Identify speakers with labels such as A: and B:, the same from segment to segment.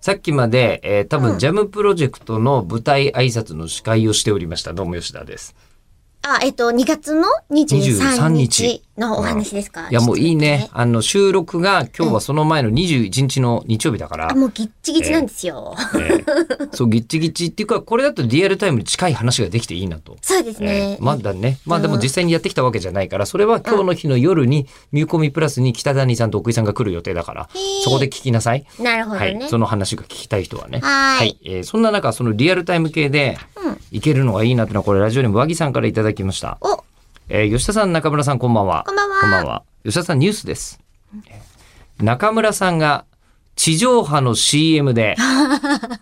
A: さっきまで、えー多
B: う
A: 分
B: ん
A: ジャムプロジェクトの舞台挨拶の司会をしておりました。どうも吉田です。
B: あ、えっと、2月の23
A: 23
B: 日
A: 日
B: のお話ですか、
A: いや、もういいね
B: ちょっ。と
A: あの、収録が今日はその前の21日の日曜日だから
B: あ、もうギッチギチなんですよ。
A: えーそう、ギッチギチっていうか、これだとリアルタイムに近い話ができていいなと。
B: そうですね。
A: えーまだね。まあでも実際にやってきたわけじゃないから、それは今日の日の夜に、ミューコミプラスに北谷さんと奥井さんが来る予定だから
B: へー、
A: そこで聞きなさい。
B: なるほど
A: は
B: ね。
A: い。その話が聞きたい人はね。
B: はーい
A: えーそんな中、そのリアルタイム系で、いけるのがいいなってのは、これラジオネーム和木さんからいただきました。
B: お、
A: えー吉田さん、中村さん、こんばんは。
B: こんばんは
A: 吉田さん、ニュースです。えー中村さんが、地上波の CM で、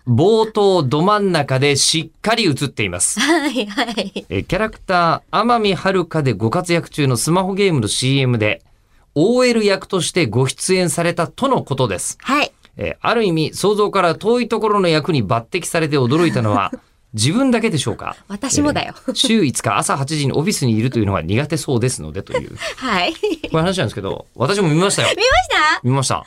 A: 冒頭ど真ん中でしっかり映っています。
B: はいはい。
A: えーキャラクター、天海遥でご活躍中のスマホゲームの CM で、OL 役としてご出演されたとのことです。
B: はい。
A: えーある意味、想像から遠いところの役に抜擢されて驚いたの は、自分だけでしょうか
B: 私もだよ
A: えー週5日朝8時にオフィスにいるというのは苦手そうですのでという。こ
B: はい。見まし
A: ういう話なんですけど、私も見ましたよ。
B: た
A: 見ました。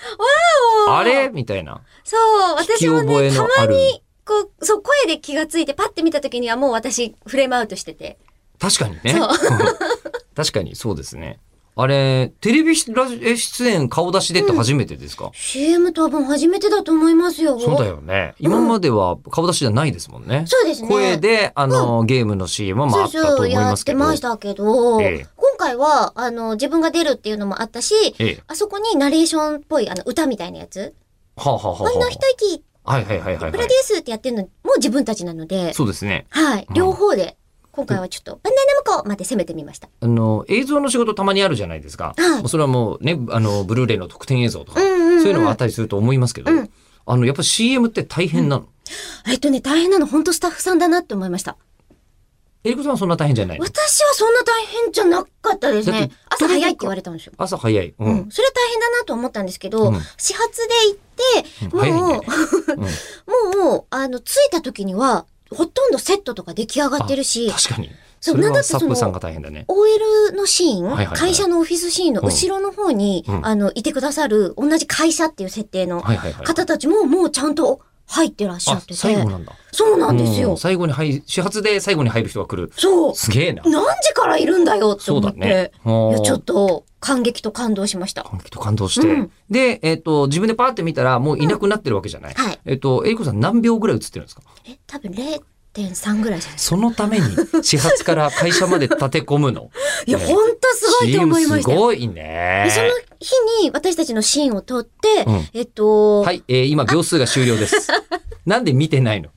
B: おー
A: あれみたいな。
B: そう、私
A: 聞
B: も
A: き覚
B: ね、
A: え
B: た
A: の
B: ま
A: ある
B: に、こう、そう、声で気がついて、パッて見た時にはもう私、フレームアウトしてて。
A: 確かにね
B: そう。
A: 確かにそうですね。あれ、テレビラジえ出演顔出しでって初めてですか、
B: CM 多分初めてだと思いますよ。
A: そうだ。よね。今までは顔出しじゃないですもんね。
B: そうですね
A: 声で、あの、ゲームの CM もあったと思い
B: や
A: ま
B: っ
A: すけ
B: て
A: ど。
B: ましたけど、
A: ええ
B: 今回は、あの、自分が出るっていうのもあったし、
A: ええ。
B: あそこにナレーションっぽい、あの、歌みたいなやつ。
A: はあ、はあはあは
B: ほんの一息、
A: あ、はいはいはいはい
B: プ
A: は
B: ロ
A: い
B: デ。ュースってやってるのも自分たちなので、
A: そうですね。
B: はい、
A: うん
B: 両方で、今回はちょっと、バンダイナムコまで攻めてみました。
A: あの、映像の仕事たまにあるじゃないですか。
B: はい
A: それはもうね、あの、ブルーレイの特典映像とか、
B: うんうんうん
A: そういうのもあったりすると思いますけど、
B: うん
A: あの、やっぱ CM って大変なの。
B: えっとね、大変なの、本当スタッフさんだなって思いました。
A: エリコさんはそんな大変じゃないの
B: 私はそんな大変じゃなかったです
A: だっ
B: ね
A: て。
B: 朝早いって言われたんですよ。
A: 朝早い。う。
B: うんん、それは大変だなと思ったんですけど、
A: うん
B: 始発で行って、
A: うん
B: もう、
A: うん
B: もう、あの、着いた時には、ほとんどセットとか出来上がってるし、
A: 確かに。
B: そ
A: そ
B: う
A: れ
B: なんだ
A: は
B: って
A: サッ
B: その
A: プさんが大変だね。
B: OL のシーン、
A: はいはいはい
B: 会社のオフィスシーンの後ろの方に、
A: うん
B: あの、いてくださる、同じ会社っていう設定の
A: はいはいはい。
B: 方たちも、もうちゃんと入ってらっしゃ
A: あ
B: って、て。
A: 最後なんだ。
B: そうなんです
A: う
B: よ
A: ん。最後に入、始発で最後に入る人が来る。
B: そう。
A: すげえな。
B: 何時からいるんだよって
A: そう
B: 思
A: だ
B: って。
A: ね。
B: い
A: い
B: や、ちょっと、感激と感動しました。
A: 感激と感動して。
B: うん
A: で、えっ、と、自分でパーって見たら、もういなくなってるわけじゃない。
B: はい
A: えっ、と、エリコさん何秒ぐらい映ってるんですか
B: え、多分0.3ぐらいじゃないです
A: そのた めに、始発から会社まで立て込むの。
B: か。いや、
A: ね
B: ほんとすごいと思いま
A: CM
B: した
A: す
B: よ。
A: ごいね
B: で、。その日に私たちのシーンを撮って、
A: うん
B: えっと、
A: はい、えー今秒数が終了です。なんで見てないの